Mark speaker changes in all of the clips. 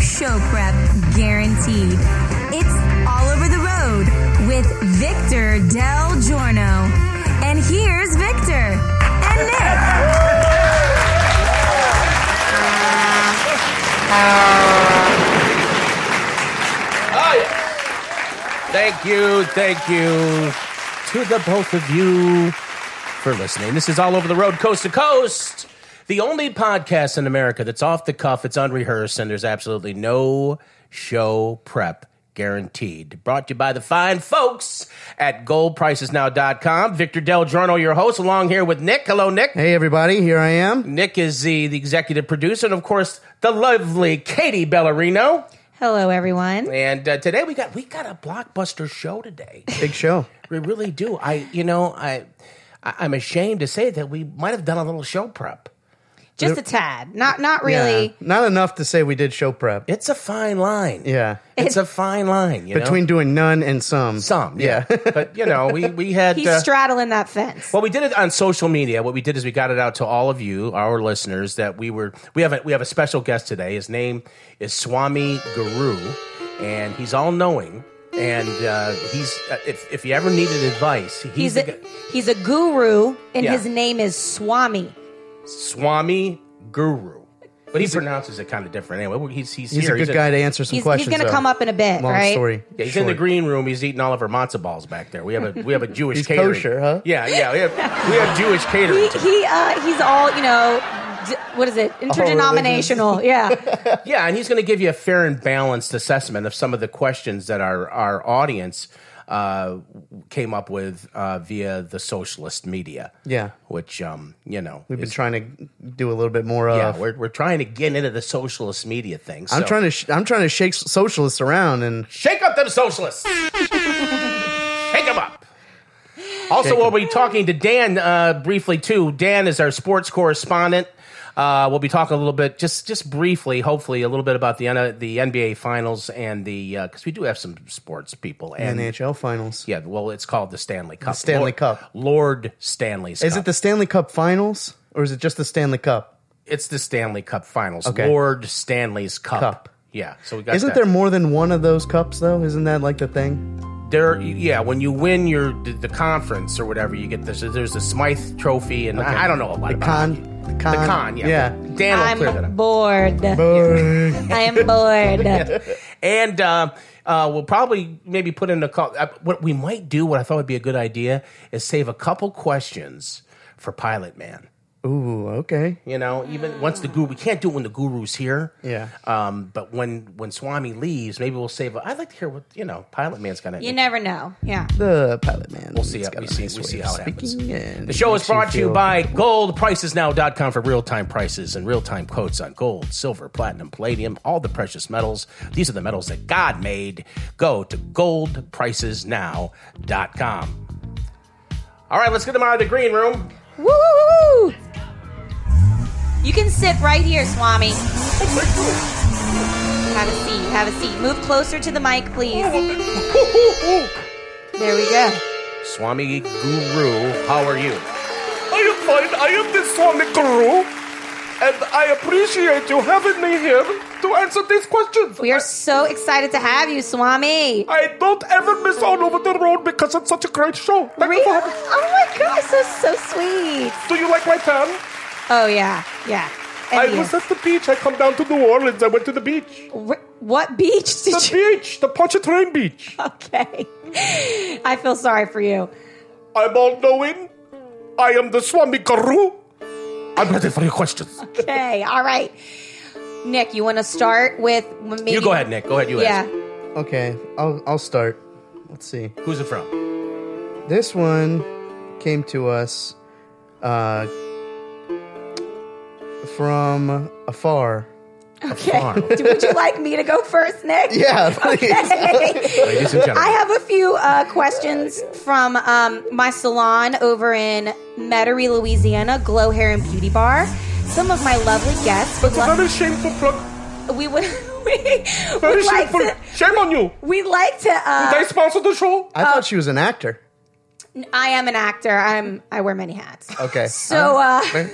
Speaker 1: show prep guaranteed. It's All Over the Road with Victor Del Giorno. And here's Victor and Nick.
Speaker 2: Oh, yeah. Thank you, thank you to the both of you for listening. This is All Over the Road, Coast to Coast, the only podcast in America that's off the cuff, it's unrehearsed, and there's absolutely no show prep guaranteed. Brought to you by the fine folks at goldpricesnow.com. Victor Del Giorno, your host, along here with Nick. Hello, Nick.
Speaker 3: Hey, everybody, here I am.
Speaker 2: Nick is the, the executive producer, and of course, the lovely Katie Bellarino.
Speaker 4: Hello, everyone.
Speaker 2: And uh, today we got we got a blockbuster show today.
Speaker 3: Big show.
Speaker 2: We really do. I, you know, I, I I'm ashamed to say that we might have done a little show prep.
Speaker 4: Just a tad. Not not really.
Speaker 3: Yeah. Not enough to say we did show prep.
Speaker 2: It's a fine line.
Speaker 3: Yeah.
Speaker 2: it's a fine line. You
Speaker 3: Between
Speaker 2: know?
Speaker 3: doing none and some.
Speaker 2: some, yeah, but you know, we we had
Speaker 4: He's
Speaker 2: uh,
Speaker 4: straddling that fence.
Speaker 2: well, we did it on social media. What we did is we got it out to all of you, our listeners, that we were we have a, we have a special guest today. His name is Swami Guru, and he's all knowing. And uh, he's uh, if if you ever needed advice, he's,
Speaker 4: he's
Speaker 2: the
Speaker 4: a
Speaker 2: guy-
Speaker 4: he's a guru, and
Speaker 2: Yeah.
Speaker 4: his name is Swami.
Speaker 2: Swami Guru. But he pronounces it kind of different. Anyway, he's, he's,
Speaker 3: He's
Speaker 2: here.
Speaker 3: a good guy to answer some
Speaker 4: He's, he's
Speaker 3: questions.
Speaker 4: going to
Speaker 3: though.
Speaker 4: come up in a bit,
Speaker 3: Long
Speaker 4: right?
Speaker 3: story.
Speaker 2: Yeah, he's in
Speaker 3: short.
Speaker 2: the green room. He's eating all of our matzo balls back there. We have a we have a Jewish
Speaker 3: He's
Speaker 2: catering.
Speaker 3: kosher, huh?
Speaker 2: Yeah, yeah. We have, we have Jewish
Speaker 4: He
Speaker 2: catering.
Speaker 4: he uh, he's all you know. D- what is it? Interdenominational. yeah.
Speaker 2: yeah, and he's going to give you a fair and balanced assessment of some of the questions that our our audience uh, came up with uh, via the socialist media.
Speaker 3: Yeah.
Speaker 2: which um, you know,
Speaker 3: We've been
Speaker 2: is-
Speaker 3: trying to do a little bit more of.
Speaker 2: yeah, we're, we're trying to get into the socialist media thing.
Speaker 3: I'm
Speaker 2: so-
Speaker 3: trying to. Sh- I'm trying to shake s- socialists around, and
Speaker 2: Shake up them socialists. Shake them up. Also,
Speaker 3: Shake
Speaker 2: we'll be talking to Dan uh, briefly too. Dan is our sports correspondent. Uh, we'll be talking a little bit, just just briefly, hopefully, a little bit about the N- the NBA finals and the because we do have some sports people and
Speaker 3: NHL finals.
Speaker 2: yeah, well, it's called the Stanley Cup.
Speaker 3: Stanley
Speaker 2: Lord,
Speaker 3: Cup.
Speaker 2: Lord Stanley's.
Speaker 3: Is
Speaker 2: Cup.
Speaker 3: it the Stanley Cup finals, or is it just the Stanley Cup?
Speaker 2: It's the Stanley Cup finals.
Speaker 3: Okay.
Speaker 2: Lord Stanley's Cup.
Speaker 3: Cup.
Speaker 2: Yeah. So we got.
Speaker 3: Isn't
Speaker 2: that.
Speaker 3: there more than one of those cups though? Isn't that like the thing?
Speaker 2: there yeah when you win your the, the conference or whatever you get this there's the smythe trophy and I, I don't know a lot
Speaker 3: The
Speaker 2: about
Speaker 3: con.
Speaker 2: it.
Speaker 3: The
Speaker 2: the
Speaker 3: con.
Speaker 2: con yeah, dan will clear that
Speaker 4: I'm
Speaker 2: up
Speaker 4: bored.
Speaker 3: Burn.
Speaker 4: I am bored.
Speaker 2: and uh, uh, we'll probably maybe put in a call uh, what we might do what i thought would be a good idea is save a couple questions for pilot man
Speaker 3: Ooh. Okay.
Speaker 2: you know even once the guru we can't do it when the guru's here
Speaker 3: Yeah.
Speaker 2: um, but when when swami leaves maybe we'll save i i'd like to hear what you know pilot man's gonna
Speaker 4: You never know. Yeah.
Speaker 3: The pilot man. We'll
Speaker 2: see how- we see- we see how it happens.
Speaker 3: The
Speaker 2: The show is brought to you by goldpricesnow.com for real time prices and real time quotes on gold, silver, platinum, palladium, all the precious metals. These are the metals that God made. Go to goldpricesnow.com. All right, let's get them out of the green room.
Speaker 4: Woo! woo, woo. You can sit right here, Swami. Have a seat. Have a seat. Move closer to the mic, please. There we go.
Speaker 2: Swami Guru, how are you?
Speaker 5: I am fine. I am the Swami Guru, and I appreciate you having me here to answer these questions.
Speaker 4: We are so excited to have you, Swami.
Speaker 5: I don't ever miss all over the road because it's such a great show. Thank you
Speaker 4: Re-
Speaker 5: for having
Speaker 4: oh my gosh, that's so sweet.
Speaker 5: Do you like my tan?
Speaker 4: Oh yeah, yeah.
Speaker 5: I
Speaker 4: And you.
Speaker 5: was at the beach. I come down to New Orleans. I went to the beach.
Speaker 4: Wh- what beach
Speaker 5: The
Speaker 4: did you?
Speaker 5: beach, the Pontchartrain Beach.
Speaker 4: Okay. I feel sorry for you.
Speaker 5: I'm all knowing. I am the Swami Guru.
Speaker 2: I'm ready for your questions.
Speaker 4: Okay. All right. Nick, you want to start with maybe?
Speaker 2: You go ahead, Nick. Go ahead, you
Speaker 4: Yeah.
Speaker 2: ask.
Speaker 3: Okay, I'll I'll start. Let's see.
Speaker 2: Who's it from?
Speaker 3: This one came to us uh, from afar.
Speaker 4: Okay. Do- Would you like me to go first, Nick?
Speaker 3: Yeah, please.
Speaker 2: Ladies and
Speaker 4: I
Speaker 2: gentlemen.
Speaker 4: have a few uh, questions from um, my salon over in Metairie, Louisiana, Glow Hair and Beauty Bar. Some of my lovely guests would
Speaker 5: It's a
Speaker 4: like
Speaker 5: very shameful plug.
Speaker 4: we would we
Speaker 5: Very
Speaker 4: would like
Speaker 5: shameful.
Speaker 4: to
Speaker 5: Shame on you.
Speaker 4: we like to
Speaker 5: They
Speaker 4: uh,
Speaker 5: sponsor the show.
Speaker 3: I thought she was an actor.
Speaker 4: I am an actor. I'm I wear many hats.
Speaker 3: Okay.
Speaker 4: So uh,
Speaker 3: Fair.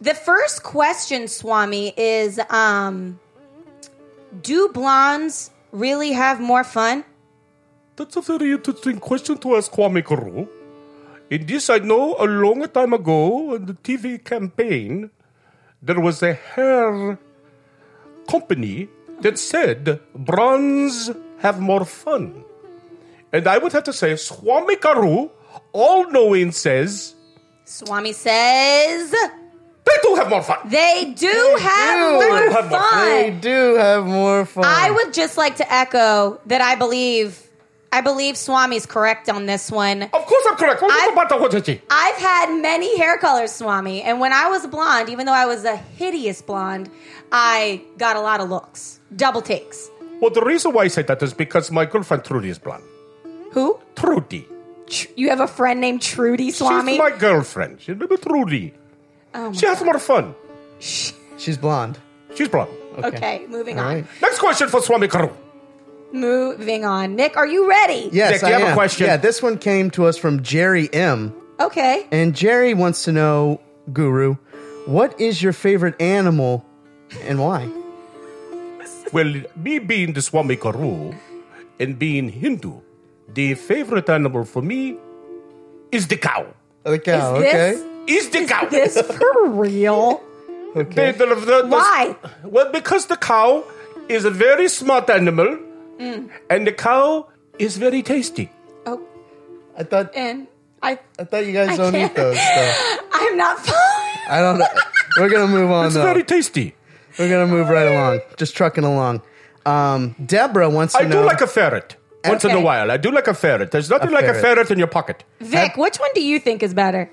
Speaker 4: The first question, Swami, is um, Do blondes really have more fun?
Speaker 2: That's a very interesting question to ask Kwame Kuru. In this, I know a long time ago on the TV campaign, there was a hair company that said bronze have more fun. And I would have to say, Swami Karu, all knowing, says
Speaker 4: Swami says
Speaker 2: they do have more fun.
Speaker 4: they do have
Speaker 3: do.
Speaker 4: more
Speaker 2: They have more
Speaker 3: They
Speaker 4: fun.
Speaker 3: do have more fun.
Speaker 4: I would just like to echo that I believe I believe Swami's correct on this one.
Speaker 2: Of course, I'm correct. What
Speaker 4: I-
Speaker 2: about the Wajaji?
Speaker 4: I've had many hair colors, Swami, and when I was blonde, even though I was a hideous blonde, I got a lot of looks. Double takes.
Speaker 2: Well, the reason why I say that is because my girlfriend Trudy is blonde.
Speaker 4: Who?
Speaker 2: Trudy.
Speaker 4: Tr- You have a friend named Trudy Swami?
Speaker 2: She's my girlfriend. She's little Trudy. she has more fun.
Speaker 3: She's blonde.
Speaker 2: She's blonde.
Speaker 4: okay. moving
Speaker 3: All
Speaker 4: on.
Speaker 3: right.
Speaker 2: Next question for Swami Karu.
Speaker 4: Moving on. Nick, are you ready?
Speaker 3: Yes,
Speaker 2: Nick, do you
Speaker 3: I
Speaker 2: have a
Speaker 3: am.
Speaker 2: question?
Speaker 3: Yeah, this one came to us from Jerry M.
Speaker 4: Okay.
Speaker 3: And Jerry wants to know, Guru, what is your favorite animal and why?
Speaker 2: Well, me being the Swami Karu and being Hindu, the favorite animal for me is the cow.
Speaker 3: The cow,
Speaker 4: Is
Speaker 3: okay.
Speaker 4: this
Speaker 2: Is the cow.
Speaker 4: this for real?
Speaker 2: They- the- the- the-
Speaker 4: Why?
Speaker 2: Well, because the cow is a very smart animal
Speaker 4: Mm.
Speaker 2: and the cow is very tasty.
Speaker 4: Oh,
Speaker 3: I thought
Speaker 4: and I
Speaker 3: I thought you guys
Speaker 4: Eh, I
Speaker 3: don't
Speaker 4: can't-
Speaker 3: eat those. Though.
Speaker 4: I'm not following.
Speaker 3: I don't know. We're gonna move on
Speaker 2: It's
Speaker 3: though.
Speaker 2: very tasty.
Speaker 3: We're gonna move right along. Just trucking along. Um, Deborah wants
Speaker 2: I
Speaker 3: to
Speaker 2: do
Speaker 3: know.
Speaker 2: like a ferret. Once in a
Speaker 4: Okay.
Speaker 2: while, I do like a ferret. There's nothing like a
Speaker 3: ferret.
Speaker 2: ferret in your pocket.
Speaker 4: Vic, which one do you think is better?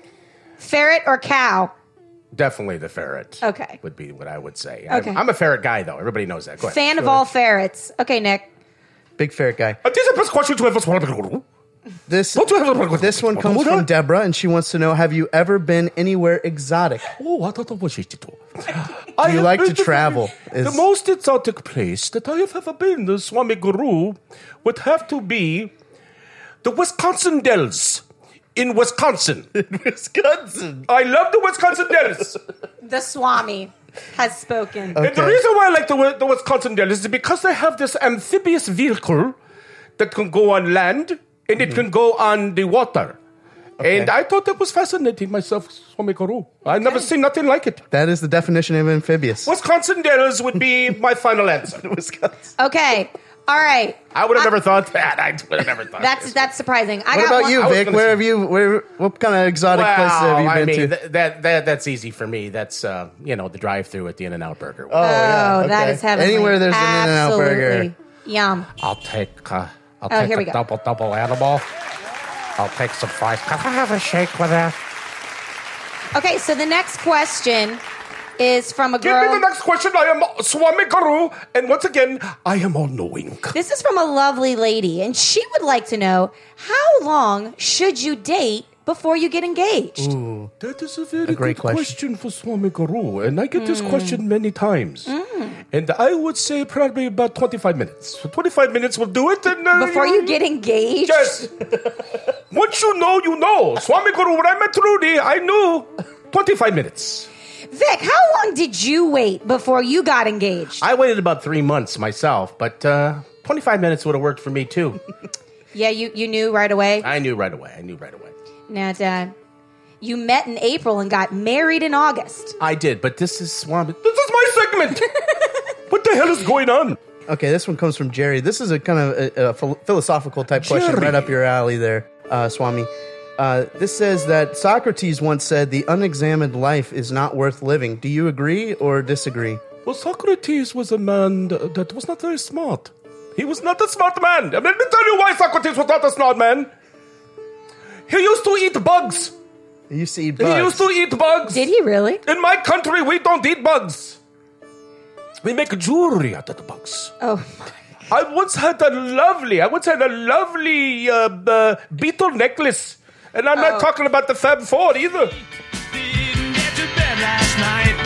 Speaker 4: Ferret or cow?
Speaker 2: Definitely the ferret.
Speaker 4: Okay.
Speaker 2: Would be what I would say. I'm-
Speaker 4: Okay.
Speaker 2: I'm, a ferret guy, though. Everybody knows that. Go ahead.
Speaker 4: Fan of all ferrets. Okay, Nick.
Speaker 3: big ferret guy.
Speaker 2: Uh, This is the best question to ever swallow.
Speaker 3: This
Speaker 2: Don't you have a-
Speaker 3: this one comes
Speaker 2: What?
Speaker 3: from Deborah, and she wants to know: Have you ever been anywhere exotic?
Speaker 2: Oh, I thought that was it. I have
Speaker 3: you like
Speaker 2: been
Speaker 3: to
Speaker 2: the-
Speaker 3: travel?
Speaker 2: The
Speaker 3: Is-
Speaker 2: most exotic place that I have ever been, the Swami Guru, would have to be the Wisconsin Dells in Wisconsin.
Speaker 3: Wisconsin.
Speaker 2: I love the Wisconsin Dells.
Speaker 4: The Swami has spoken.
Speaker 2: And the
Speaker 3: Okay.
Speaker 2: reason why I like the, Wi- the Wisconsin Dells is because they have this amphibious vehicle that can go on land and
Speaker 3: Mm-hmm.
Speaker 2: it can go on the water. And I thought that was fascinating myself, Swami Guru. i never seen nothing like it.
Speaker 3: That is the definition of amphibious.
Speaker 2: Wisconsin Dells would be my final answer.
Speaker 3: Wisconsin.
Speaker 4: Okay. All right.
Speaker 2: I would have
Speaker 4: I-
Speaker 2: never thought that. I would have never thought
Speaker 4: That's
Speaker 2: this.
Speaker 4: that's surprising.
Speaker 3: Oh,
Speaker 4: I
Speaker 3: What
Speaker 4: got
Speaker 3: about
Speaker 4: one-
Speaker 3: you,
Speaker 2: I was
Speaker 3: Vic?
Speaker 2: gonna
Speaker 3: Where
Speaker 2: say-
Speaker 3: have you? Where? What kind of exotic
Speaker 2: Well,
Speaker 3: places have you
Speaker 2: I
Speaker 3: been
Speaker 2: mean,
Speaker 3: to?
Speaker 2: th- that, that that's easy for me. That's uh, you know the drive-through at the In-N-Out Burger.
Speaker 3: oh, yeah,
Speaker 4: Oh, that
Speaker 3: okay.
Speaker 4: is heavenly.
Speaker 3: Anywhere there's an In-N-Out burger.
Speaker 4: Absolutely. Yum.
Speaker 6: I'll take uh, I'll
Speaker 4: Oh,
Speaker 6: take
Speaker 4: here we
Speaker 6: a
Speaker 4: go.
Speaker 6: double double animal. I'll take some fries. Can I have a shake with that?
Speaker 4: Okay, so the next question is from a
Speaker 2: Give
Speaker 4: girl.
Speaker 2: me the next question. I am Swami Guru, and once again, I am all-knowing.
Speaker 4: This is from a lovely lady, and she would like to know how long should you date before you get engaged?
Speaker 2: That is a very
Speaker 3: A great
Speaker 2: good question. for Swami Guru, and I get this question many times. And I would say probably about 25 minutes. So 25 minutes will do it. And, uh,
Speaker 4: Before you get engaged?
Speaker 2: Yes. Once you know, you know. Swami Guru, when I met Rudy, I knew 25 minutes.
Speaker 4: Vic, how long did you wait before you got engaged?
Speaker 6: I waited about three months myself, but uh, 25 minutes would have worked for me too.
Speaker 4: yeah, you, you knew right away?
Speaker 6: I knew right away. I knew right away.
Speaker 4: Now, Dad, you met in April and got married in August.
Speaker 6: I did, but this is Swami.
Speaker 2: This is my segment. what the hell is going on?
Speaker 3: Okay, this one comes from Jerry. This is a kind of a, a phil- philosophical type question,
Speaker 2: Jerry.
Speaker 3: right up your alley there, uh, Swami. Uh, this says that Socrates once said, "The unexamined life is not worth living." Do you agree or disagree?
Speaker 2: Well, Socrates was a man th- that was not very smart. He was not a smart man. And let me tell you why Socrates was not a smart man. He used to eat bugs.
Speaker 3: You see,
Speaker 2: He
Speaker 3: bugs.
Speaker 2: used to eat bugs.
Speaker 4: Did he really?
Speaker 2: In my country, we don't eat bugs. We make jewelry out of the bugs.
Speaker 4: Oh,
Speaker 2: I once had a lovely, I once had a lovely uh, uh, beetle necklace. And I'm
Speaker 4: Oh.
Speaker 2: not talking about the Fab Four either.
Speaker 5: Didn't get to bed last night.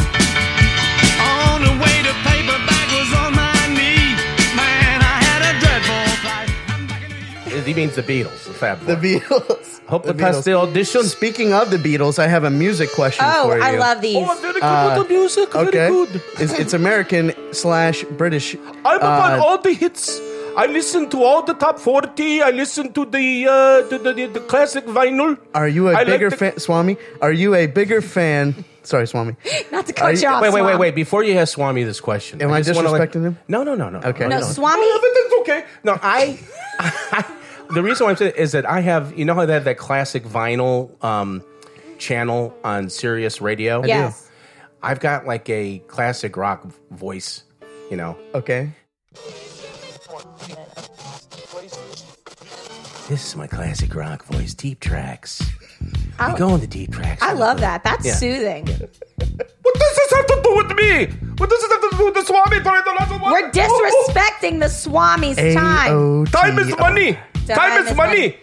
Speaker 5: On the way to paperback was on my knee. Man, I had a dreadful fight. I'm back in the
Speaker 6: He means the Beatles, the Fab. Four.
Speaker 3: the Beatles.
Speaker 7: Hope the
Speaker 3: The Beatles.
Speaker 7: past the audition.
Speaker 3: Speaking of the Beatles, I have a music question
Speaker 4: Oh,
Speaker 3: for you.
Speaker 4: I love these.
Speaker 2: Oh, very good with the music.
Speaker 3: Uh, Okay,
Speaker 2: Very good.
Speaker 3: it's, it's American slash British.
Speaker 2: I'm upon
Speaker 3: uh,
Speaker 2: all the hits. I listen to all the top 40. I listen to the uh, to the, the, the classic vinyl.
Speaker 3: Are you a
Speaker 2: a
Speaker 3: bigger fan, Swami? Are you a bigger fan? Sorry, Swami.
Speaker 4: Not to
Speaker 3: Are
Speaker 4: cut
Speaker 3: you-
Speaker 4: you off.
Speaker 7: Wait, wait, wait,
Speaker 4: Swami.
Speaker 7: wait. Before you ask Swami this question,
Speaker 3: Am I
Speaker 7: just wanna let-
Speaker 3: disrespecting him?
Speaker 7: No, no, no, no.
Speaker 3: Okay.
Speaker 4: No,
Speaker 3: No.
Speaker 4: Swami.
Speaker 2: Everything's okay. No,
Speaker 7: I, the reason why I'm saying it is that I have you know how they have that classic vinyl um, channel on Sirius Radio.
Speaker 4: Yes.
Speaker 7: I've got like a classic rock voice. You know,
Speaker 3: Okay.
Speaker 7: this is my classic rock voice. Deep tracks.
Speaker 4: I-
Speaker 7: we go into deep tracks.
Speaker 4: I love that. That's
Speaker 7: Yeah.
Speaker 4: soothing.
Speaker 2: what does this have to do with me? What does this have to do with the Swami? We're
Speaker 4: We're disrespecting the Swami's
Speaker 3: A-O-T-R.
Speaker 4: time.
Speaker 2: oh, Time is money.
Speaker 4: Time
Speaker 2: Time
Speaker 4: is
Speaker 2: is
Speaker 4: money.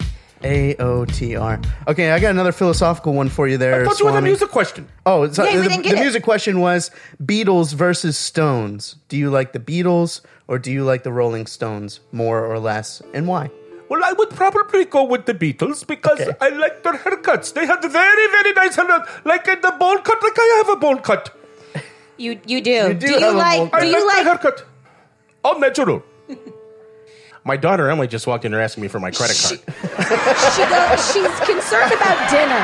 Speaker 2: money.
Speaker 3: A-O-T-R. Okay, I got another philosophical one for you there,
Speaker 2: I thought you had a
Speaker 3: Swami.
Speaker 2: music question.
Speaker 3: Oh, so
Speaker 4: Yeah, we
Speaker 3: the,
Speaker 4: didn't get
Speaker 3: the
Speaker 4: it.
Speaker 3: music question was Beatles versus Stones. Do you like the Beatles or do you like the Rolling Stones more or less, and why?
Speaker 2: Well, I would probably go with the Beatles because
Speaker 3: Okay.
Speaker 2: I like their haircuts. They had very, very nice haircuts. Like uh, the bowl cut, like I have a bowl cut.
Speaker 4: You you do.
Speaker 3: You
Speaker 4: do,
Speaker 3: do
Speaker 4: you
Speaker 3: have a
Speaker 4: like
Speaker 3: bowl
Speaker 2: I
Speaker 4: do you
Speaker 2: like,
Speaker 4: like
Speaker 2: the haircut. All natural.
Speaker 7: My daughter Emily just walked in and asking me for my credit
Speaker 4: she,
Speaker 7: card.
Speaker 4: she goes, she's concerned about dinner.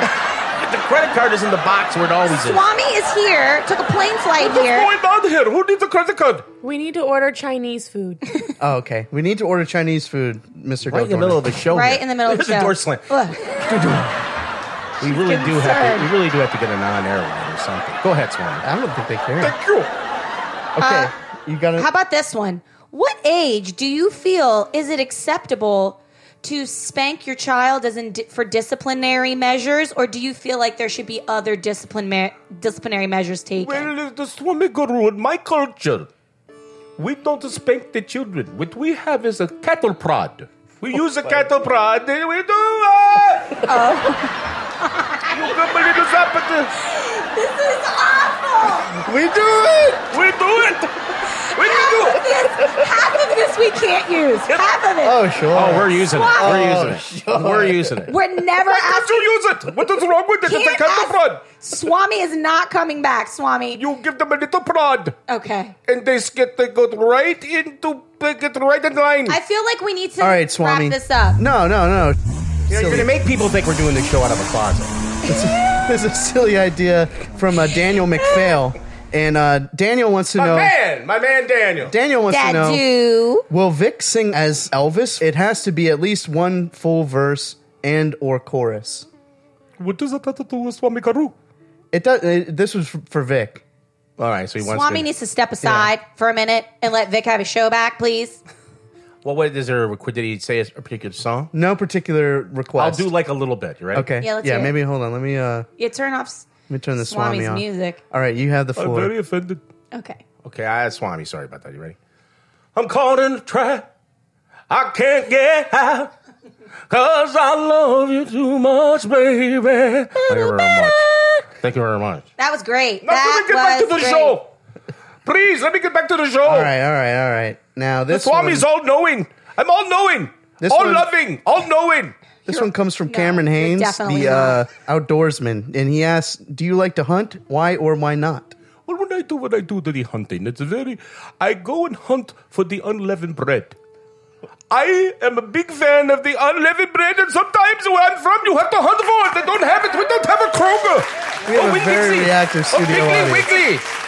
Speaker 7: the credit card is in the box where it always is.
Speaker 4: Swami is here, took a plane flight
Speaker 2: What's
Speaker 4: here.
Speaker 2: going on here? Who needs a credit card?
Speaker 8: We need to order Chinese food.
Speaker 3: Oh, okay. We need to order Chinese food, Mr.
Speaker 7: Right in the
Speaker 3: Del Dorner.
Speaker 7: middle of the show.
Speaker 4: Right
Speaker 7: here.
Speaker 4: in the middle of the
Speaker 7: There's a
Speaker 4: show.
Speaker 7: door slam.
Speaker 4: Look,
Speaker 7: We really do have
Speaker 4: concerned.
Speaker 7: to. We really do have to get a non-airline or something. Go ahead, Swami.
Speaker 3: I don't think they care. Okay,
Speaker 2: Thank you.
Speaker 3: you got
Speaker 4: how
Speaker 3: to
Speaker 4: about this one? What age do you feel is it acceptable to spank your child as in di- for disciplinary measures, or do you feel like there should be other discipline me- disciplinary measures taken?
Speaker 2: Well, the Swami Guru in my culture, we don't spank the children. What we have is a cattle prod. We use
Speaker 7: Oh,
Speaker 2: a cattle prod. and We do. Uh,
Speaker 4: Oh.
Speaker 2: you can't believe this happened.
Speaker 4: This is awful.
Speaker 3: We do it!
Speaker 2: We do it. We do.
Speaker 4: Half of this, half of this we can't use. Half of it.
Speaker 3: Oh, sure.
Speaker 7: Oh, we're using it. We're using it. We're using it.
Speaker 4: We're never
Speaker 2: Why do
Speaker 4: asking.
Speaker 2: you use it? What is wrong with it? It's a
Speaker 4: Can't
Speaker 2: cattle
Speaker 4: ask-
Speaker 2: prod.
Speaker 4: Swami is not coming back. Swami.
Speaker 2: You give them a little prod,
Speaker 4: Okay.
Speaker 2: and they get they go right into they get right in line.
Speaker 4: I feel like we need to
Speaker 3: All right, Swami.
Speaker 4: wrap this up.
Speaker 3: No, no, no.
Speaker 7: You're going to make people think we're doing this show out of a closet.
Speaker 3: This is a silly idea from uh, Daniel McPhail. And uh, Daniel wants to
Speaker 2: my
Speaker 3: know.
Speaker 2: man, my man Daniel.
Speaker 3: Daniel wants to know.
Speaker 4: Dad, do.
Speaker 3: Will Vic sing as Elvis? It has to be at least one full verse and or chorus.
Speaker 2: What does that have to do with Swami Guru?
Speaker 3: It does. It, this was f- for Vic.
Speaker 7: All right, so he wants
Speaker 4: Swami
Speaker 7: to.
Speaker 4: needs to step aside for a minute and let Vic have his show back, please.
Speaker 7: Well, what is there? a requ- Did he say a particular song?
Speaker 3: No particular
Speaker 7: I'll
Speaker 3: request.
Speaker 7: do like a little bit. You ready?
Speaker 3: Okay.
Speaker 4: Yeah, let's hear it.
Speaker 3: maybe hold on. Let me. Uh, let
Speaker 4: Yeah, turn off s-
Speaker 3: me turn the Swami
Speaker 4: Swami's
Speaker 3: on.
Speaker 4: music.
Speaker 3: All right, you have the
Speaker 2: I'm
Speaker 3: floor.
Speaker 2: very offended.
Speaker 4: Okay.
Speaker 7: Okay, I Swami. Sorry about that. You ready? I'm caught in a trap. I can't get out. Cause I love you too much, baby. Thank you very much. Thank you very much.
Speaker 4: That was great.
Speaker 2: Now
Speaker 4: that
Speaker 2: let me get back to
Speaker 4: was
Speaker 2: the
Speaker 4: great.
Speaker 2: show. Please let me get back to the show.
Speaker 3: all right, all right, all right. Now
Speaker 2: The
Speaker 3: this
Speaker 2: Swami's
Speaker 3: one,
Speaker 2: all knowing. I'm all knowing.
Speaker 3: This
Speaker 2: all
Speaker 3: one-
Speaker 2: loving. All knowing.
Speaker 3: this one comes from Cameron
Speaker 4: you're
Speaker 3: Haynes,
Speaker 4: definitely
Speaker 3: the uh, outdoorsman, and he asks, "Do you like to hunt? Why or why not?"
Speaker 2: Well, when I do what I do to the hunting, it's very. I go and hunt for the unleavened bread. I am a big fan of the unleavened bread, and sometimes where I'm from, you have to hunt for it. They don't have it. We don't have a Kroger.
Speaker 3: We have
Speaker 2: Or
Speaker 3: a
Speaker 2: Wiggly
Speaker 3: very
Speaker 2: Wiggly.
Speaker 3: reactive
Speaker 2: Or
Speaker 3: studio
Speaker 2: Piggly
Speaker 3: audience.
Speaker 2: Wiggly.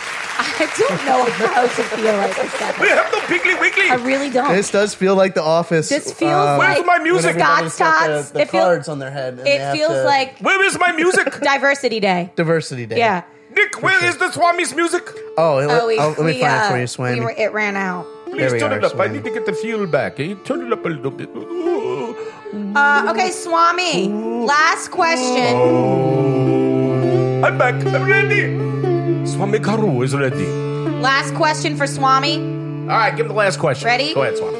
Speaker 4: I don't know how to feel right this
Speaker 2: We
Speaker 4: second.
Speaker 2: have no Piggly Wiggly.
Speaker 4: I really don't.
Speaker 3: This does feel like The Office.
Speaker 4: This feels
Speaker 3: uh,
Speaker 4: like
Speaker 2: Where's my music?
Speaker 3: when everybody's
Speaker 4: Scott's
Speaker 3: got
Speaker 4: Tots.
Speaker 3: The, the
Speaker 4: it feel-
Speaker 3: cards on their head. and they
Speaker 4: It
Speaker 3: have
Speaker 4: feels
Speaker 3: to-
Speaker 4: like
Speaker 2: Where is my music?
Speaker 4: Diversity Day.
Speaker 3: Diversity Day.
Speaker 4: Yeah.
Speaker 2: Nick, where is the Swami's music?
Speaker 3: Oh, it,
Speaker 4: Oh, we,
Speaker 3: oh, let me
Speaker 4: we,
Speaker 3: find
Speaker 4: uh,
Speaker 3: it for you,
Speaker 4: we
Speaker 3: Swami.
Speaker 4: were- it ran out.
Speaker 2: Please
Speaker 3: we
Speaker 2: turn
Speaker 3: are,
Speaker 2: it up. I
Speaker 3: Swami.
Speaker 2: need to get the fuel back. Can you turn it up a little bit? Ooh.
Speaker 4: Uh, okay, Swami. Last question.
Speaker 3: Oh.
Speaker 2: Oh. I'm back. I'm ready. Swami Karu is ready.
Speaker 4: Last question for Swami.
Speaker 7: All right, give him the last question.
Speaker 4: Ready?
Speaker 7: Go ahead, Swami.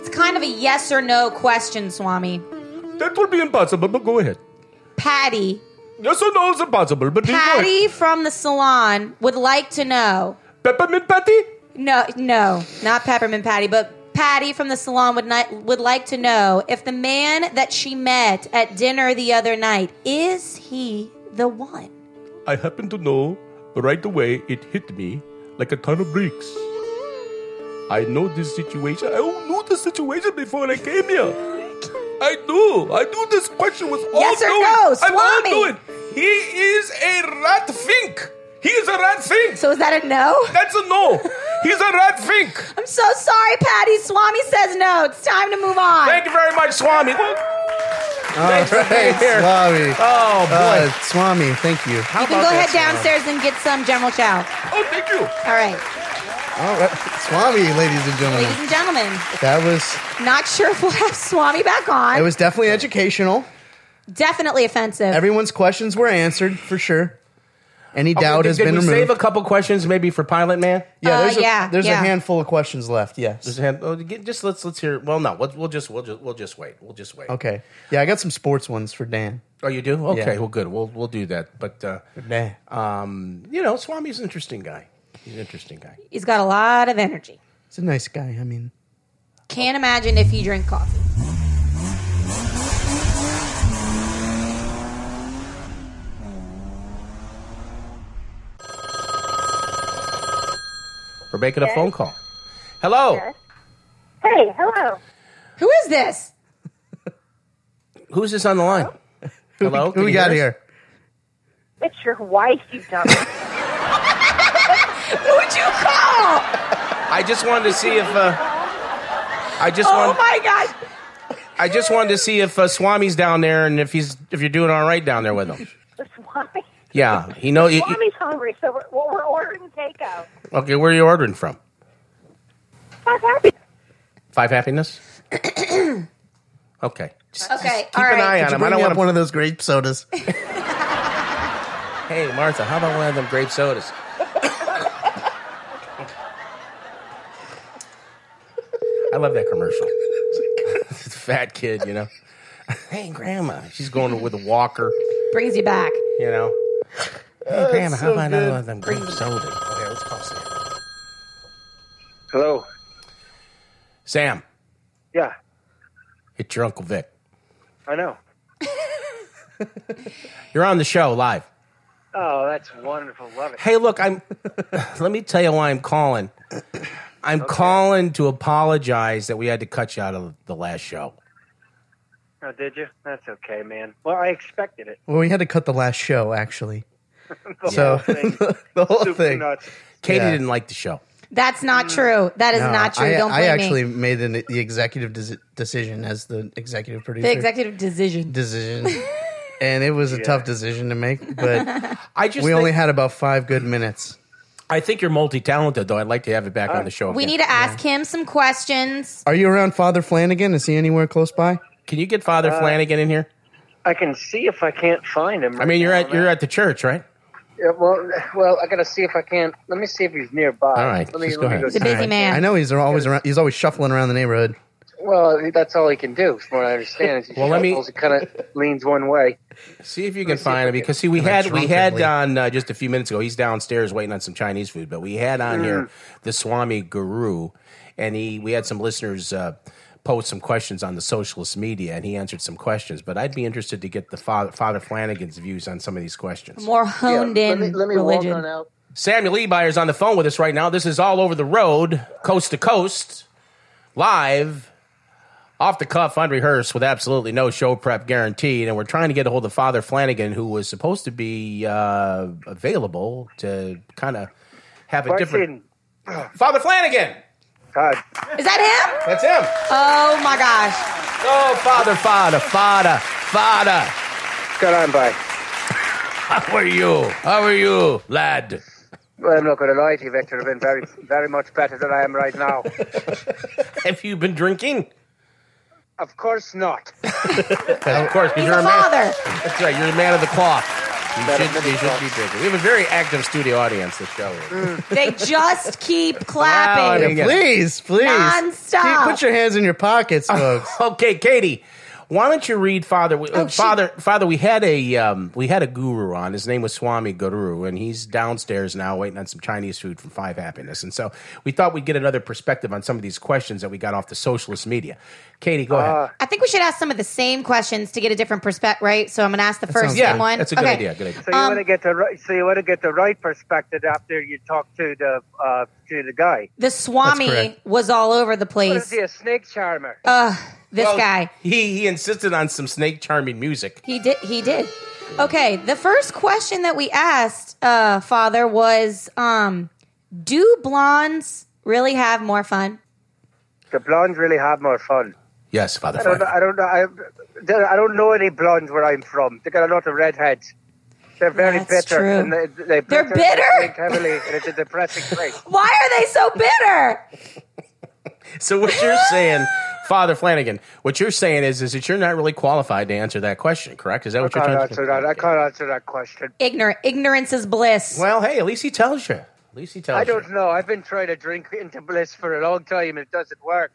Speaker 4: It's kind of a yes or no question, Swami.
Speaker 2: That will be impossible, but go ahead.
Speaker 4: Patty,
Speaker 2: Yes or no is impossible, but you go ahead.
Speaker 4: Patty from the salon would like to know.
Speaker 2: Peppermint patty?
Speaker 4: No, no, not peppermint patty, but Patty from the salon would ni- would like to know if the man that she met at dinner the other night is he the one?
Speaker 5: I happen to know right away it hit me like a ton of bricks. I know this situation. I knew the situation before I came here. I knew. I knew this question was all
Speaker 4: Yes or
Speaker 5: knowing.
Speaker 4: no,
Speaker 5: I'm all
Speaker 4: Swami?
Speaker 5: knowing. He is a rat fink. He is a rat fink.
Speaker 4: So is that a no?
Speaker 5: That's a no. He's a rat fink.
Speaker 4: I'm so sorry, Patty. Swami says no. It's time to move on.
Speaker 2: Thank you very much, Swami.
Speaker 7: Uh,
Speaker 2: Thanks for being here.
Speaker 3: Swami.
Speaker 2: Oh boy.
Speaker 3: Uh, Swami, thank you.
Speaker 4: you can
Speaker 2: about
Speaker 4: go ahead
Speaker 2: that, Swami?
Speaker 4: downstairs and get some General Chow.
Speaker 5: Oh, thank you.
Speaker 4: All right,
Speaker 3: All right. Swami, ladies and
Speaker 4: ladies
Speaker 3: gentlemen.
Speaker 4: and gentlemen.
Speaker 3: That was,
Speaker 4: Not sure if we'll have Swami back on.
Speaker 3: it was definitely educational.
Speaker 4: definitely offensive.
Speaker 3: Everyone's questions were answered for sure. Any
Speaker 2: Okay,
Speaker 3: doubt
Speaker 2: did,
Speaker 3: has
Speaker 2: did
Speaker 3: been
Speaker 2: we
Speaker 3: removed.
Speaker 2: save a couple questions maybe for Pilot Man?
Speaker 3: yeah,
Speaker 4: Uh,
Speaker 3: there's, a,
Speaker 4: yeah,
Speaker 3: there's
Speaker 4: yeah.
Speaker 3: a handful of questions left. Yes.
Speaker 2: Just hand- oh, get- Just let's let's hear. Well, no, we'll, we'll just we'll just we'll just wait. We'll just wait.
Speaker 3: Okay. Yeah, I got some sports ones for Dan.
Speaker 2: Oh, you do? Okay.
Speaker 3: Yeah.
Speaker 2: Well, good. We'll we'll do that. But uh,
Speaker 3: Nah.
Speaker 2: um, you know, Swami's an interesting guy. He's an interesting guy.
Speaker 4: He's got a lot of energy.
Speaker 3: He's a nice guy. I mean,
Speaker 4: Can't imagine if he drank coffee.
Speaker 2: We're making a phone call. Hello.
Speaker 9: Hey, hello.
Speaker 4: Who is this?
Speaker 2: Who's this on the line? Hello.
Speaker 3: who
Speaker 2: Can
Speaker 3: we
Speaker 2: you
Speaker 3: got
Speaker 2: hear us?
Speaker 3: here?
Speaker 9: It's your wife, you dumb.
Speaker 4: Who would you call?
Speaker 2: I just wanted to see if. Uh, I just
Speaker 4: Oh
Speaker 2: wanted.
Speaker 4: my gosh.
Speaker 2: I just wanted to see if uh, Swami's down there and if he's if you're doing all right down there with him.
Speaker 9: The Swami.
Speaker 2: Yeah, he know. You, you-
Speaker 9: Swami's hungry, so we're, well, we're ordering takeout.
Speaker 2: okay, where are you ordering from?
Speaker 9: I'm happy.
Speaker 2: Five Happiness. okay. Just
Speaker 4: Okay,
Speaker 2: keep
Speaker 4: all
Speaker 2: an eye
Speaker 4: right.
Speaker 2: on him. I
Speaker 3: Could you
Speaker 2: don't
Speaker 3: bring me
Speaker 2: want
Speaker 3: up
Speaker 2: to
Speaker 3: one of those grape sodas.
Speaker 2: Hey, Martha, how about one of them grape sodas? I love that commercial. It's a fat kid, you know. Hey, Grandma, she's going with a walker,
Speaker 4: Brings you back.
Speaker 2: you know. Hey, Grandma, how
Speaker 3: so
Speaker 2: about
Speaker 3: good.
Speaker 2: another one of them grape sodas? Okay, let's call Sam.
Speaker 10: Hello.
Speaker 2: Sam,
Speaker 10: Yeah,
Speaker 2: it's your Uncle Vic.
Speaker 10: I know.
Speaker 2: You're on the show live.
Speaker 10: Oh, that's wonderful. Love it.
Speaker 2: Hey, look, I'm. let me tell you why I'm calling. I'm calling to apologize that we had to cut you out of the last show.
Speaker 10: Oh, did you? That's okay, man. Well, I expected it.
Speaker 3: well, we had to cut the last show, actually.
Speaker 10: The
Speaker 3: So-
Speaker 10: whole thing.
Speaker 3: The whole
Speaker 10: Soup to
Speaker 3: thing.
Speaker 10: nuts.
Speaker 2: Katie
Speaker 3: Yeah.
Speaker 2: didn't like the show.
Speaker 4: That's not true. That is
Speaker 3: No,
Speaker 4: not true.
Speaker 3: Uh, I,
Speaker 4: Don't
Speaker 3: I
Speaker 4: blame
Speaker 3: actually
Speaker 4: me.
Speaker 3: made an, the executive des- decision as the executive producer.
Speaker 4: The executive decision.
Speaker 3: decision. and it was a tough decision to make, but
Speaker 2: I just
Speaker 3: we
Speaker 2: think,
Speaker 3: only had about five good minutes.
Speaker 2: I think you're multi talented though. I'd like to have it back
Speaker 3: Uh,
Speaker 2: on the show.
Speaker 4: we
Speaker 2: again.
Speaker 4: need to ask him some questions.
Speaker 3: Are you around Father Flanagan? Is he anywhere close by?
Speaker 2: Can you get Father
Speaker 3: Uh,
Speaker 2: Flanagan in here?
Speaker 10: I can see if I can't find him.
Speaker 2: I mean, you're at you're at the church, right?
Speaker 10: Yeah, well, well, I gotta see if I can't. Let me see if he's nearby. All
Speaker 2: right,
Speaker 10: Let me,
Speaker 2: just
Speaker 10: let
Speaker 2: go
Speaker 10: me
Speaker 2: ahead.
Speaker 10: go
Speaker 4: He's a
Speaker 10: see.
Speaker 4: busy man.
Speaker 3: I know he's always around. He's always shuffling around the neighborhood.
Speaker 10: Well, that's all he can do, from what I understand. Is he
Speaker 2: Well, let me-
Speaker 10: shuffles, It kind of leans one way.
Speaker 2: See if you can
Speaker 10: see
Speaker 2: find him
Speaker 10: if I can-
Speaker 2: because see, we
Speaker 3: Kinda
Speaker 2: had we had
Speaker 3: drunkenly.
Speaker 2: on uh, just a few minutes ago. He's downstairs waiting on some Chinese food, but we had on
Speaker 10: Mm.
Speaker 2: here the Swami Guru, and he we had some listeners. Uh, Post some questions on the socialist media, and he answered some questions. But I'd be interested to get the Father, Father Flanagan's views on some of these questions.
Speaker 4: More
Speaker 10: Yeah,
Speaker 4: honed
Speaker 10: let
Speaker 4: in
Speaker 10: me, let me walk
Speaker 4: religion.
Speaker 10: on out.
Speaker 2: Samuel Ebeyer's on the phone with us right now. This is all over the road, coast to coast, live, off the cuff, unrehearsed, with absolutely no show prep guaranteed. And we're trying to get a hold of Father Flanagan, who was supposed to be uh, available to kind of have a different.
Speaker 10: Question.
Speaker 2: Father Flanagan!
Speaker 10: God,
Speaker 4: Is that him?
Speaker 2: That's him.
Speaker 4: Oh my gosh.
Speaker 2: Oh, Father, Father, Father, Father.
Speaker 10: got on by.
Speaker 2: How are you? How are you, lad?
Speaker 10: Well, I'm not going to lie to you, Victor. I've been very, very much better than I am right now.
Speaker 2: Have you been drinking?
Speaker 10: of course not.
Speaker 2: Of course, 'cause
Speaker 4: He's
Speaker 2: you're
Speaker 4: a
Speaker 2: a man.
Speaker 4: father.
Speaker 2: That's right. You're the man of the cloth. You
Speaker 10: Man
Speaker 2: should,
Speaker 10: of the
Speaker 2: you should
Speaker 10: cloth.
Speaker 2: be drinking. We have a very active studio audience this show. is.
Speaker 4: They just keep
Speaker 2: Wow,
Speaker 4: clapping.
Speaker 2: Yeah.
Speaker 3: Please, please,
Speaker 4: Nonstop.
Speaker 2: Oh,
Speaker 10: Mm.
Speaker 3: Keep- put your hands in your pockets, folks.
Speaker 2: okay, Katie, Why don't you read Father? We, uh,
Speaker 4: Oh, shit.
Speaker 2: Father, Father, we had a um, we had a guru on. His name was Swami Guru, and he's downstairs now waiting on some Chinese food from Five Happiness. And so we thought we'd get another perspective on some of these questions that we got off the socialist media. Katie, go
Speaker 10: Uh,
Speaker 2: ahead.
Speaker 4: I think we should ask some of the same questions to get a different perspective, right? So I'm going to ask the first
Speaker 3: sounds
Speaker 4: same
Speaker 2: Yeah,
Speaker 4: one.
Speaker 2: that's a good
Speaker 4: Okay.
Speaker 2: idea. Good idea.
Speaker 10: So you
Speaker 4: Um,
Speaker 10: want to get the right, so you want to get the right perspective after you talk to the uh, to the guy.
Speaker 4: The
Speaker 3: That's
Speaker 4: Swami
Speaker 3: correct.
Speaker 4: was all over the
Speaker 10: What is
Speaker 4: place.
Speaker 10: he a snake charmer?
Speaker 4: Uh, This
Speaker 2: Well,
Speaker 4: guy.
Speaker 2: He he insisted on some snake charming music.
Speaker 4: He did. He did. Okay. The first question that we asked, uh, Father, was um, Do blondes really have more fun?
Speaker 10: the blondes really have more fun.
Speaker 2: Yes, Father.
Speaker 10: I don't know. I don't know. I, there- I don't know any blondes where I'm from. They got a lot of redheads. They're very
Speaker 4: That's
Speaker 10: bitter.
Speaker 4: true.
Speaker 10: And they, they
Speaker 4: They're
Speaker 10: bitter. and
Speaker 4: bitter?
Speaker 10: drink heavily, and it's a depressing place.
Speaker 4: Why are they so bitter?
Speaker 2: So what you're saying, Father Flanagan, what you're saying is is that you're not really qualified to answer that question, correct? Is that what
Speaker 10: I
Speaker 2: you're
Speaker 10: can't
Speaker 2: trying
Speaker 10: answer
Speaker 2: to
Speaker 10: that. I can't answer that question.
Speaker 4: Ignorant. Ignorance is bliss.
Speaker 2: Well, hey, at least he tells you. At least he tells
Speaker 10: I
Speaker 2: you.
Speaker 10: don't know. I've been trying to drink into bliss for a long time. It doesn't work.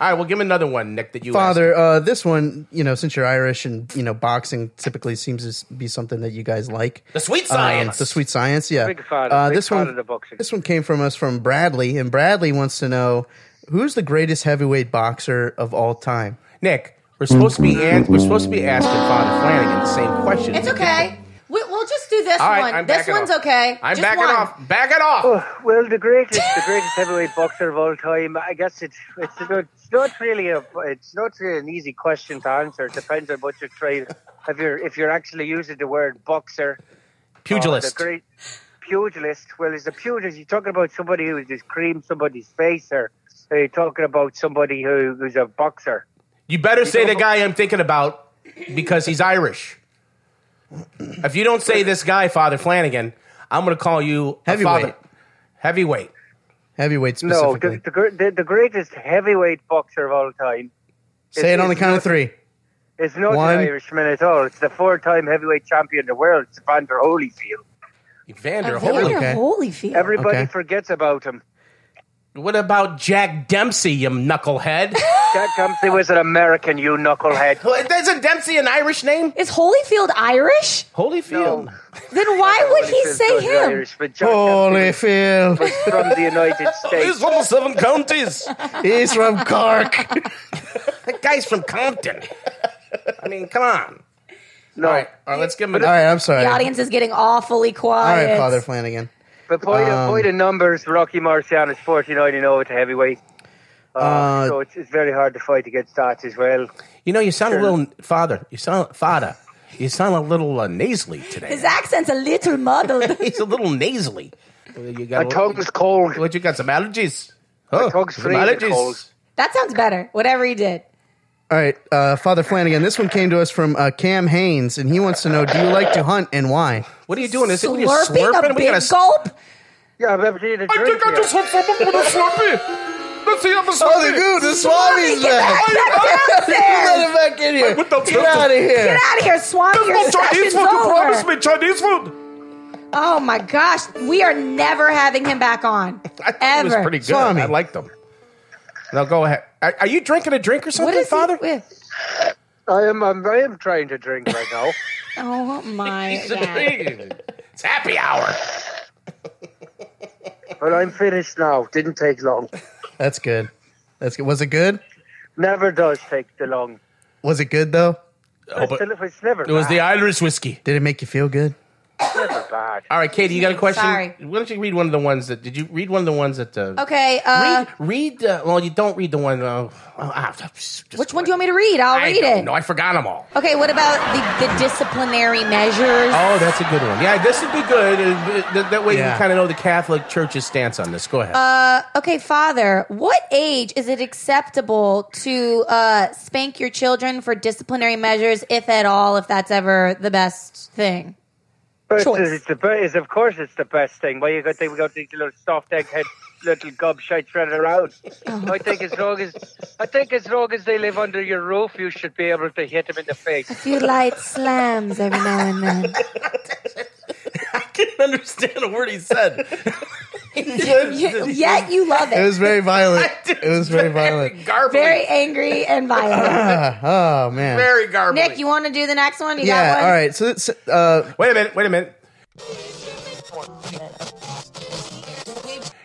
Speaker 2: All right, well, give him another one, Nick. That you
Speaker 3: Father, uh, this one, you know, since you're Irish and you know, boxing typically seems to s- be something that you guys like.
Speaker 2: The sweet
Speaker 3: Um,
Speaker 2: science.
Speaker 3: the sweet science, yeah.
Speaker 10: Big fan.
Speaker 3: Uh,
Speaker 10: Big
Speaker 3: this
Speaker 10: fan
Speaker 3: one,
Speaker 10: of the boxing.
Speaker 3: this one came from us from Bradley, and Bradley wants to know who's the greatest heavyweight boxer of all time.
Speaker 2: asked. Nick. We're supposed to be an- we're supposed to be asking Father Flanagan the same question.
Speaker 4: It's okay. We, we'll just do this
Speaker 2: All right,
Speaker 4: one.
Speaker 2: I'm
Speaker 4: this
Speaker 2: backing
Speaker 4: one's
Speaker 2: off.
Speaker 4: okay.
Speaker 2: I'm
Speaker 4: just
Speaker 2: backing
Speaker 4: one.
Speaker 2: off. Back it off.
Speaker 10: Well, the greatest, the greatest heavyweight boxer of all time. I guess it's it's not, it's not really a it's not really an easy question to answer. It depends on what you're trying. If you're if you're actually using the word boxer, or
Speaker 2: Pugilist.
Speaker 10: oh, the great pugilist. Well, is a pugilist? You're talking about somebody who just creams somebody's face, or are you talking about somebody who, who's a boxer?
Speaker 2: you better say the guy I'm thinking about because he's Irish. If you don't say this guy, Father Flanagan, I'm going to call you a
Speaker 3: Heavyweight.
Speaker 2: Father. Heavyweight.
Speaker 3: Heavyweight
Speaker 10: No,
Speaker 3: specifically.
Speaker 10: the, the gr- the the greatest heavyweight boxer of all time.
Speaker 3: Say it on the
Speaker 10: it's
Speaker 3: count of
Speaker 10: not-
Speaker 3: three.
Speaker 10: It's not
Speaker 3: One.
Speaker 10: an Irishman at all. It's the four-time heavyweight champion of the world, it's Vander Holyfield.
Speaker 2: Evander
Speaker 4: Vander
Speaker 2: Holyfield.
Speaker 3: Okay.
Speaker 4: Holyfield.
Speaker 10: Everybody
Speaker 3: Okay.
Speaker 10: forgets about him.
Speaker 2: What about Jack Dempsey, you knucklehead?
Speaker 10: Jack Dempsey was an American, you knucklehead.
Speaker 2: Isn't Dempsey an Irish name?
Speaker 4: is Holyfield Irish?
Speaker 2: Holyfield.
Speaker 10: No.
Speaker 4: Then why would he
Speaker 10: Holyfield's
Speaker 4: say
Speaker 10: not
Speaker 4: him?
Speaker 10: Irish, but Jack Dempsey was
Speaker 3: Holyfield
Speaker 10: from the United
Speaker 2: He's
Speaker 10: States.
Speaker 2: from the seven counties.
Speaker 3: is from Cork.
Speaker 2: that guy's from Compton. I mean, come on.
Speaker 10: No,
Speaker 2: All right, all right let's give him
Speaker 3: All
Speaker 2: a.
Speaker 3: right, I'm sorry.
Speaker 4: The audience is getting awfully
Speaker 3: All
Speaker 4: quiet.
Speaker 3: right, Father Flanagan.
Speaker 10: but point,
Speaker 3: Um,
Speaker 10: of, point of numbers, Rocky Marciano is 49 and 0 at heavyweight. Uh,
Speaker 3: Uh,
Speaker 10: so it's, it's very hard to fight against that as well.
Speaker 2: You know, you sound a little father. You sound father. You sound a little uh, nasally today.
Speaker 4: His accent's a little muddled.
Speaker 2: He's a little nasally. You got
Speaker 10: My
Speaker 2: a-
Speaker 10: tongue's cold.
Speaker 2: What you got? Some allergies?
Speaker 10: My tongue's
Speaker 2: some
Speaker 10: freezing cold.
Speaker 4: that sounds better. Whatever he did.
Speaker 3: All right, uh, Father Flanagan. This one came to us from uh, Cam Haynes, and he wants to know: Do you like to hunt and why?
Speaker 2: What are you doing? Is it when you're
Speaker 4: Slurping
Speaker 2: slurping?
Speaker 4: a
Speaker 2: We
Speaker 4: big
Speaker 2: gotta s-
Speaker 4: gulp.
Speaker 10: Yeah, but I need a
Speaker 5: I
Speaker 10: drink
Speaker 5: think I
Speaker 10: here.
Speaker 5: just want someone with a Slurpee. Let's see, have a Slurpee.
Speaker 3: Oh, the
Speaker 4: Swami's Get back. back downstairs.
Speaker 3: him back in here.
Speaker 5: What the- Get outta
Speaker 3: here.
Speaker 4: Get out of here, Swami. Your
Speaker 5: Oh, Chinese
Speaker 4: session's
Speaker 5: food. You promised
Speaker 4: over.
Speaker 5: me Chinese food.
Speaker 4: Oh my gosh, we are never having him back on.
Speaker 2: I think It was
Speaker 4: Ever.
Speaker 2: pretty good.
Speaker 3: Swami.
Speaker 2: I like them. Now go ahead. Are, are you drinking a drink or
Speaker 4: What
Speaker 2: something,
Speaker 4: is
Speaker 2: Father?
Speaker 4: It with?
Speaker 10: I am, I'm, I am trying to drink right now.
Speaker 4: Oh my god.
Speaker 2: it's happy hour.
Speaker 10: but I'm finished now. Didn't take long.
Speaker 3: That's good. That's good. Was it good?
Speaker 10: Never does take the long.
Speaker 3: Was it good though?
Speaker 2: Oh, but
Speaker 10: Still, it's never
Speaker 2: it was
Speaker 10: bad.
Speaker 2: the Irish whiskey.
Speaker 3: Did it make you feel good?
Speaker 10: never bad.
Speaker 2: All right, Katie, you got a question?
Speaker 4: Sorry.
Speaker 2: Why don't you read one of the ones that did you read one of the ones that uh,
Speaker 4: Okay, uh,
Speaker 2: read read uh, well you don't read the one uh, well, ah, just-
Speaker 4: which one do you want me to read? I'll
Speaker 2: I
Speaker 4: read
Speaker 2: don't
Speaker 4: it.
Speaker 2: know. I forgot them all.
Speaker 4: Okay, what about the, the disciplinary measures?
Speaker 2: Oh, that's a good one. Yeah, this would be good. Uh, th- that way
Speaker 3: Yeah.
Speaker 2: you kind of know the Catholic Church's stance on this. Go ahead.
Speaker 4: Uh, Okay, father, what age is it acceptable to uh, spank your children for disciplinary measures, if at all, if that's ever the best thing?
Speaker 10: But
Speaker 4: choice.
Speaker 10: It's the best, of course, it's the best thing. Why you got they got these little soft egg head little gobshites running around?
Speaker 3: Oh.
Speaker 10: I think as long as I think as long as they live under your roof, you should be able to hit them in the face.
Speaker 4: A few light slams every now and then.
Speaker 2: I couldn't understand a word he said. he
Speaker 4: You- yet you love
Speaker 3: It was
Speaker 4: it.
Speaker 3: very violent. It was very violent.
Speaker 2: Garbly.
Speaker 4: Very angry and violent.
Speaker 3: Ah, oh man.
Speaker 2: very garbly.
Speaker 4: Nick, you want to do the next one? You got
Speaker 3: yeah.
Speaker 4: one?
Speaker 3: All right. So, it's, uh,
Speaker 2: Wait a minute. Wait a minute.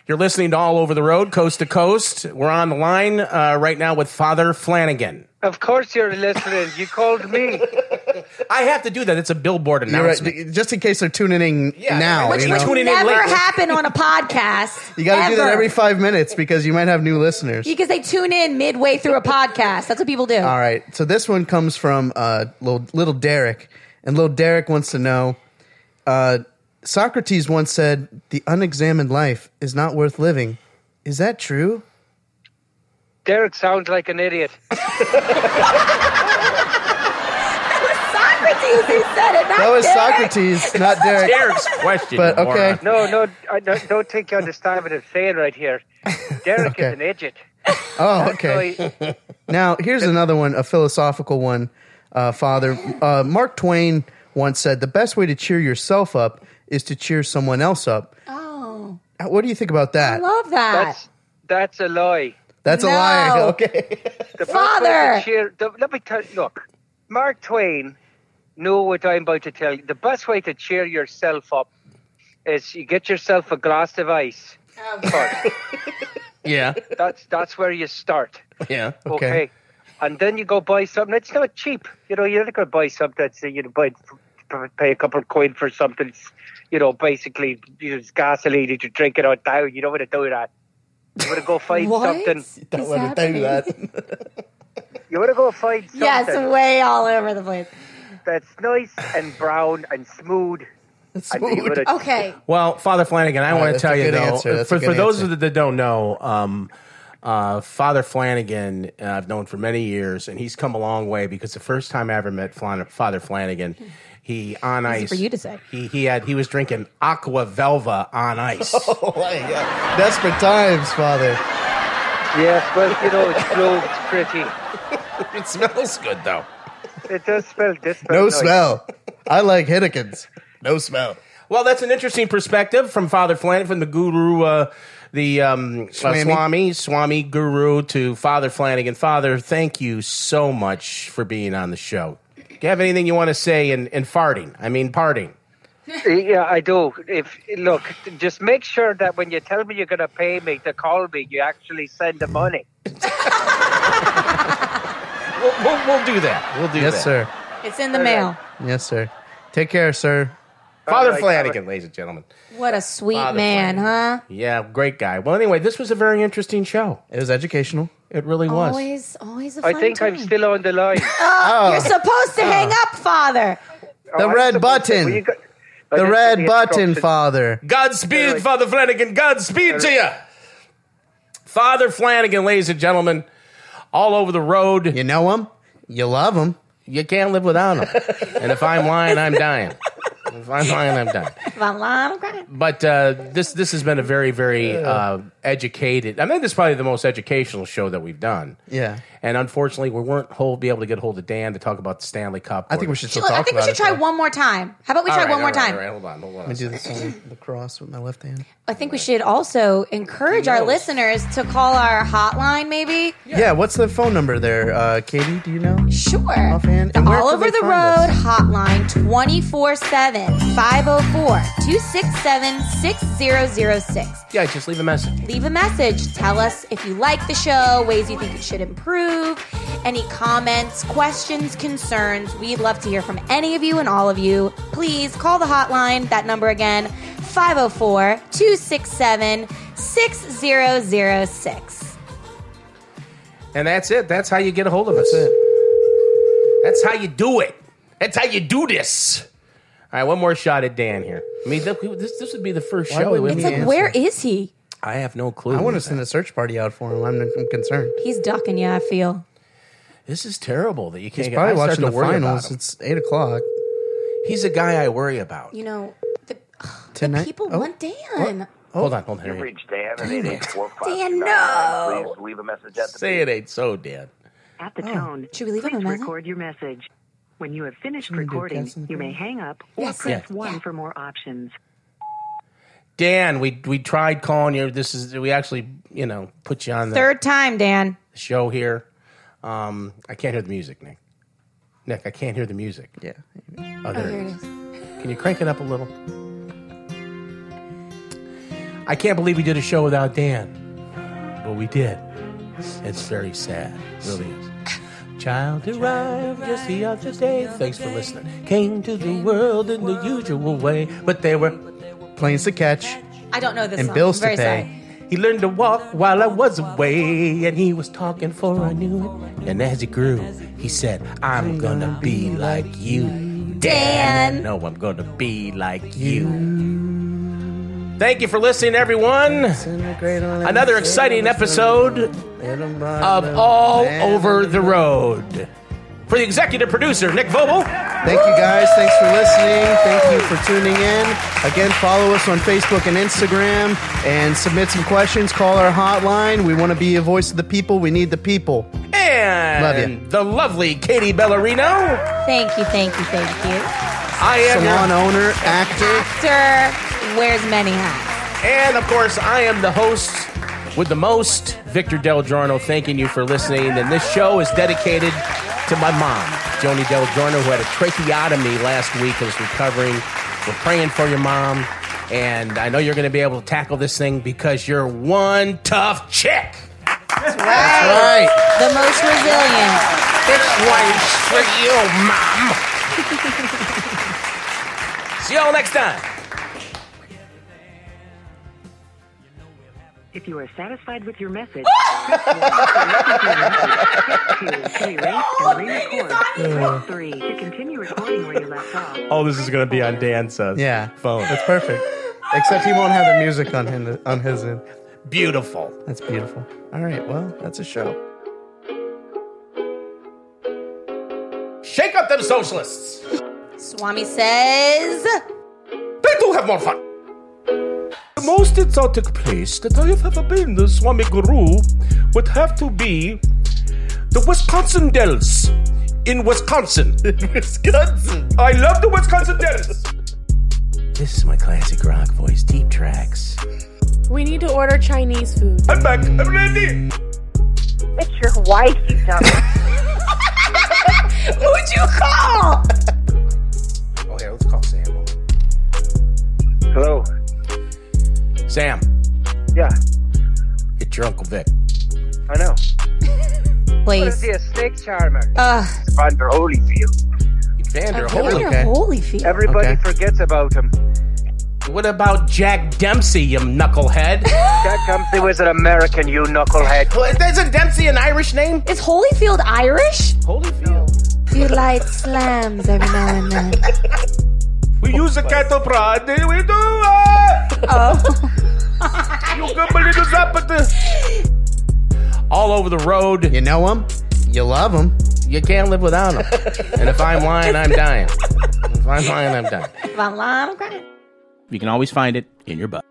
Speaker 2: You're listening to All Over the Road, Coast to Coast. We're on the line uh, right now with Father Flanagan.
Speaker 10: Of course you're listening. You called me.
Speaker 2: I have to do that. It's a billboard
Speaker 3: you're right.
Speaker 2: announcement.
Speaker 3: Just in case they're tuning in
Speaker 2: Yeah,
Speaker 3: now,
Speaker 2: which-
Speaker 3: you
Speaker 4: Which
Speaker 3: know,
Speaker 2: Tune
Speaker 4: would
Speaker 2: in later.
Speaker 4: never happen on a podcast.
Speaker 3: you got to do that
Speaker 4: Ever.
Speaker 3: every five minutes because you might have new listeners.
Speaker 4: Because they tune in midway through a podcast. That's what people do.
Speaker 3: All right. So this one comes from uh, little, little Derek, and little Derek wants to know. Uh, Socrates once said, "The unexamined life is not worth living." Is that true?
Speaker 10: Derek sounds like an idiot.
Speaker 4: Socrates who said it. Not
Speaker 3: That was
Speaker 4: Derek.
Speaker 3: Socrates, not Derek.
Speaker 2: Derek's question.
Speaker 3: But,
Speaker 2: you moron.
Speaker 3: okay.
Speaker 10: No, no, I don't, don't think you understand what I'm saying right here. Derek
Speaker 3: Okay.
Speaker 10: is an idiot.
Speaker 3: Oh, okay.
Speaker 10: So he-
Speaker 3: Now, here's another one, a philosophical one, uh, Father. Uh, Mark Twain once said, The best way to cheer yourself up is to cheer someone else up.
Speaker 4: Oh,
Speaker 3: Uh, What do you think about
Speaker 4: I
Speaker 3: that?
Speaker 4: love that.
Speaker 10: that's, that's a lie.
Speaker 3: That's a
Speaker 4: No.
Speaker 3: lie. Okay.
Speaker 10: The best way
Speaker 4: Father!
Speaker 10: to cheer- the- let me tell you, look, Mark Twain knew what I'm about to tell you. The best way to cheer yourself up is you get yourself a glass of ice.
Speaker 4: Oh.
Speaker 10: first.
Speaker 2: Yeah.
Speaker 10: that's that's where you start.
Speaker 2: Yeah.
Speaker 10: Okay.
Speaker 3: Okay.
Speaker 10: And then you go buy something. It's not cheap. You know, you're not going to buy something. That's, you know, buy, pay a couple of quid for something. It's, you know, basically, you know, it's gasoline that you drink it out down. You don't want to do that. You want to go find
Speaker 4: What?
Speaker 10: something.
Speaker 3: Don't
Speaker 4: Is
Speaker 3: let him do
Speaker 4: that-
Speaker 3: that.
Speaker 10: You want to go find something
Speaker 4: Yes, way all over the place.
Speaker 10: that's nice and brown and smooth. And you
Speaker 3: Smooth.
Speaker 10: wanna-
Speaker 4: Okay.
Speaker 2: Well, Father Flanagan, I want to
Speaker 3: Uh, that's
Speaker 2: tell
Speaker 3: a
Speaker 2: you
Speaker 3: good
Speaker 2: though,
Speaker 3: answer. That's a
Speaker 2: for,
Speaker 3: good
Speaker 2: for those
Speaker 3: answer.
Speaker 2: that that don't know, um, uh, Father Flanagan, uh, I've known for many years, and he's come a long way because the first time I ever met Flan- Father Flanagan, he on
Speaker 4: Easy
Speaker 2: ice
Speaker 4: for you to say.
Speaker 2: He he had he was drinking aqua velva on ice.
Speaker 3: Oh, my God. Desperate times, Father.
Speaker 10: Yes, well, you know, it's blue, it's pretty.
Speaker 2: it smells good though.
Speaker 10: It does smell this.
Speaker 3: No smell. I like Hinnekins. No smell.
Speaker 2: Well, that's an interesting perspective from Father Flanagan, from the guru, uh, the um, uh,
Speaker 3: Swami.
Speaker 2: Swami, Swami Guru to Father Flanagan. Father, thank you so much for being on the show. Do you have anything you want to say in, in farting? I mean, parting.
Speaker 10: Yeah, I do. If Look, just make sure that when you tell me you're going to pay me to call me, you actually send the money.
Speaker 2: We'll, we'll, we'll do that. We'll do
Speaker 3: Yes,
Speaker 2: that.
Speaker 3: sir.
Speaker 4: It's in the mail.
Speaker 3: Yes, sir. Take care, sir.
Speaker 2: Father
Speaker 10: All right,
Speaker 2: Flanagan, ladies and gentlemen.
Speaker 4: What a sweet
Speaker 2: Father
Speaker 4: man, huh?
Speaker 2: Yeah, great guy. Well, anyway, this was a very interesting show.
Speaker 3: It was educational.
Speaker 2: It really
Speaker 4: Oh,
Speaker 2: was.
Speaker 4: Always, always a
Speaker 10: I
Speaker 4: fun
Speaker 10: think
Speaker 4: time.
Speaker 10: I'm still on the line.
Speaker 4: You're supposed to hang up, Father.
Speaker 3: The
Speaker 10: I'm
Speaker 3: red
Speaker 10: supposed to-
Speaker 3: button.
Speaker 10: Oh, well, you got- I
Speaker 3: The
Speaker 10: just
Speaker 3: red
Speaker 10: did
Speaker 3: button,
Speaker 10: instructions.
Speaker 3: Father.
Speaker 2: Godspeed,
Speaker 10: Anyway.
Speaker 2: Father Flanagan. Godspeed to you. Father Flanagan, ladies and gentlemen, all over the road.
Speaker 3: You know him. You love him.
Speaker 2: you can't live without them. and if I'm lying, I'm dying. If I'm lying, I'm dying.
Speaker 4: If I'm lying, I'm crying.
Speaker 2: But uh, this this has been a very very uh, educated. I think this is probably the most educational show that we've done.
Speaker 3: Yeah.
Speaker 2: And unfortunately, we weren't whole, be able to get hold of Dan to talk about the Stanley Cup.
Speaker 3: I think we should still
Speaker 4: Look,
Speaker 3: talk
Speaker 4: I think we
Speaker 3: about
Speaker 4: should
Speaker 3: it,
Speaker 4: try
Speaker 3: though.
Speaker 4: one more time. How about we try one more time?
Speaker 2: All right, hold on, hold on.
Speaker 3: I do this on the cross with my left hand.
Speaker 4: I think we should also encourage our listeners to call our hotline, maybe.
Speaker 3: Yeah. what's the phone number there, uh, Katie? Do you know?
Speaker 4: Sure.
Speaker 3: Offhand.
Speaker 4: The
Speaker 3: And where
Speaker 4: All
Speaker 3: can
Speaker 4: Over
Speaker 3: they
Speaker 4: the
Speaker 3: find
Speaker 4: Road
Speaker 3: us?
Speaker 4: hotline 24 7 504 267 6006.
Speaker 2: Yeah, just leave a message.
Speaker 4: Leave a message. Tell us if you like the show, ways you think it should improve, any comments, questions, concerns. We'd love to hear from any of you and all of you. Please call the hotline. That number again 504 267 6006.
Speaker 2: And that's it. That's how you get a hold of us. That's, how you do it. That's how you do this. All right, one more shot at Dan here. I mean, th- this this would be the first
Speaker 3: Why
Speaker 2: show. that
Speaker 3: wouldn't
Speaker 2: we-
Speaker 3: he
Speaker 4: It's like,
Speaker 3: answer.
Speaker 4: where is he?
Speaker 2: I have no clue.
Speaker 3: I want to send a search party out for him. I'm, I'm concerned.
Speaker 4: He's ducking you, I feel.
Speaker 2: This is terrible that you can't
Speaker 3: He's
Speaker 2: get.
Speaker 3: probably
Speaker 2: I start
Speaker 3: watching
Speaker 2: to
Speaker 3: the
Speaker 2: worry about
Speaker 3: finals.
Speaker 2: him.
Speaker 3: It's eight o'clock
Speaker 2: He's a guy I worry about.
Speaker 4: You know, the, ugh, the
Speaker 3: tonight.
Speaker 4: people
Speaker 3: Oh,
Speaker 4: want Dan.
Speaker 2: Hold on, hold on. Henry.
Speaker 11: Reach Dan at 884
Speaker 4: Dan, no.
Speaker 11: Please leave a message at the
Speaker 2: Say it ain't so, Dan.
Speaker 12: At the tone,
Speaker 4: Should we leave him
Speaker 12: please
Speaker 4: a message?
Speaker 12: record your message. When you have finished
Speaker 3: we do
Speaker 12: recording,
Speaker 3: cats in the
Speaker 12: you may
Speaker 3: corner?
Speaker 12: hang up or
Speaker 4: Yes.
Speaker 12: press
Speaker 2: Yeah.
Speaker 12: 1 for more options.
Speaker 2: Dan, we we tried calling you. This is we actually you know put you on the
Speaker 4: Third time, Dan.
Speaker 2: show here. Um, I can't hear the music, Nick. Nick, I can't hear the music.
Speaker 3: Yeah.
Speaker 2: Oh, there it is. Can you crank it up a little? I can't believe we did a show without Dan, but we did. It's very sad, It really is. Child arrived just the other day. Thanks for listening. Came to the world in the usual way, but they were
Speaker 3: planes to catch
Speaker 4: I don't know this
Speaker 3: and
Speaker 4: song.
Speaker 3: bills
Speaker 4: I'm
Speaker 3: to
Speaker 4: very
Speaker 3: pay.
Speaker 4: sorry.
Speaker 2: He learned to walk while I was away, and he was talking for I knew it. And as he grew, he said, I'm gonna be like you, Dan.
Speaker 4: Dan.
Speaker 2: No, I'm gonna be like you. Thank you for listening, everyone. Another exciting episode of All Over the Road. For the executive producer, Nick Vogel.
Speaker 3: Thank you guys. Thanks for listening. Thank you for tuning in. Again, follow us on Facebook and Instagram and submit some questions. Call our hotline. We want to be a voice of the people. We need the people.
Speaker 2: And
Speaker 3: Love
Speaker 2: the lovely Katie Bellarino.
Speaker 4: Thank you, thank you, thank you.
Speaker 2: I am your
Speaker 3: Salon owner, actor.
Speaker 4: Actor wears many hats.
Speaker 2: And of course, I am the host with the most, Victor Del Giorno, thanking you for listening. And this show is dedicated to my mom, Joni Del Giorno, who had a tracheotomy last week and is recovering. We're praying for your mom. And I know you're going to be able to tackle this thing because you're one tough chick.
Speaker 3: Right.
Speaker 4: The most resilient.
Speaker 2: This one's for you, mom. See y'all next time.
Speaker 12: If you are satisfied with your message, press one. To listen to your message, press two. To erase and re-record, press three. To continue recording where you left off.
Speaker 2: All this is going to be on Dan's
Speaker 3: Yeah.
Speaker 2: phone.
Speaker 3: That's perfect. Except he won't have the music on him on his end.
Speaker 2: Beautiful.
Speaker 3: That's beautiful. All right. Well, that's a show.
Speaker 2: Shake up them socialists.
Speaker 4: Swami says.
Speaker 2: They do have more fun.
Speaker 5: The most exotic place that I have ever been to Swami Guru would have to be the Wisconsin Dells in Wisconsin. Wisconsin. I love the Wisconsin Dells.
Speaker 2: This is my classic rock voice, deep tracks.
Speaker 8: We need to order Chinese food.
Speaker 5: I'm back. I'm ready.
Speaker 9: It's your wife, you dumbass.
Speaker 4: Who'd you call?
Speaker 2: Oh, here, let's call Sam.
Speaker 10: Hello.
Speaker 2: Sam,
Speaker 10: Yeah,
Speaker 2: it's your Uncle Vic.
Speaker 10: I know. What is
Speaker 4: Please.
Speaker 10: he, a snake charmer?
Speaker 4: Uh,
Speaker 3: Ah.
Speaker 10: Vander Holyfield.
Speaker 2: Vander Holyfield.
Speaker 4: Vander Holyfield.
Speaker 10: Everybody
Speaker 3: Okay.
Speaker 10: forgets about him.
Speaker 2: What about Jack Dempsey, you knucklehead?
Speaker 10: Jack Dempsey was an American, you knucklehead.
Speaker 2: What, Isn't Dempsey an Irish name?
Speaker 4: Is Holyfield Irish?
Speaker 2: Holyfield.
Speaker 8: Do light slams every now and then.
Speaker 5: We use a cattle prod. We do. it. you can believe the zapata.
Speaker 2: All over the road.
Speaker 3: You know him. You love him.
Speaker 2: You can't live without him. and if I'm lying, I'm dying. If I'm lying, I'm dying.
Speaker 4: If I'm lying, I'm crying.
Speaker 13: You can always find it in your butt.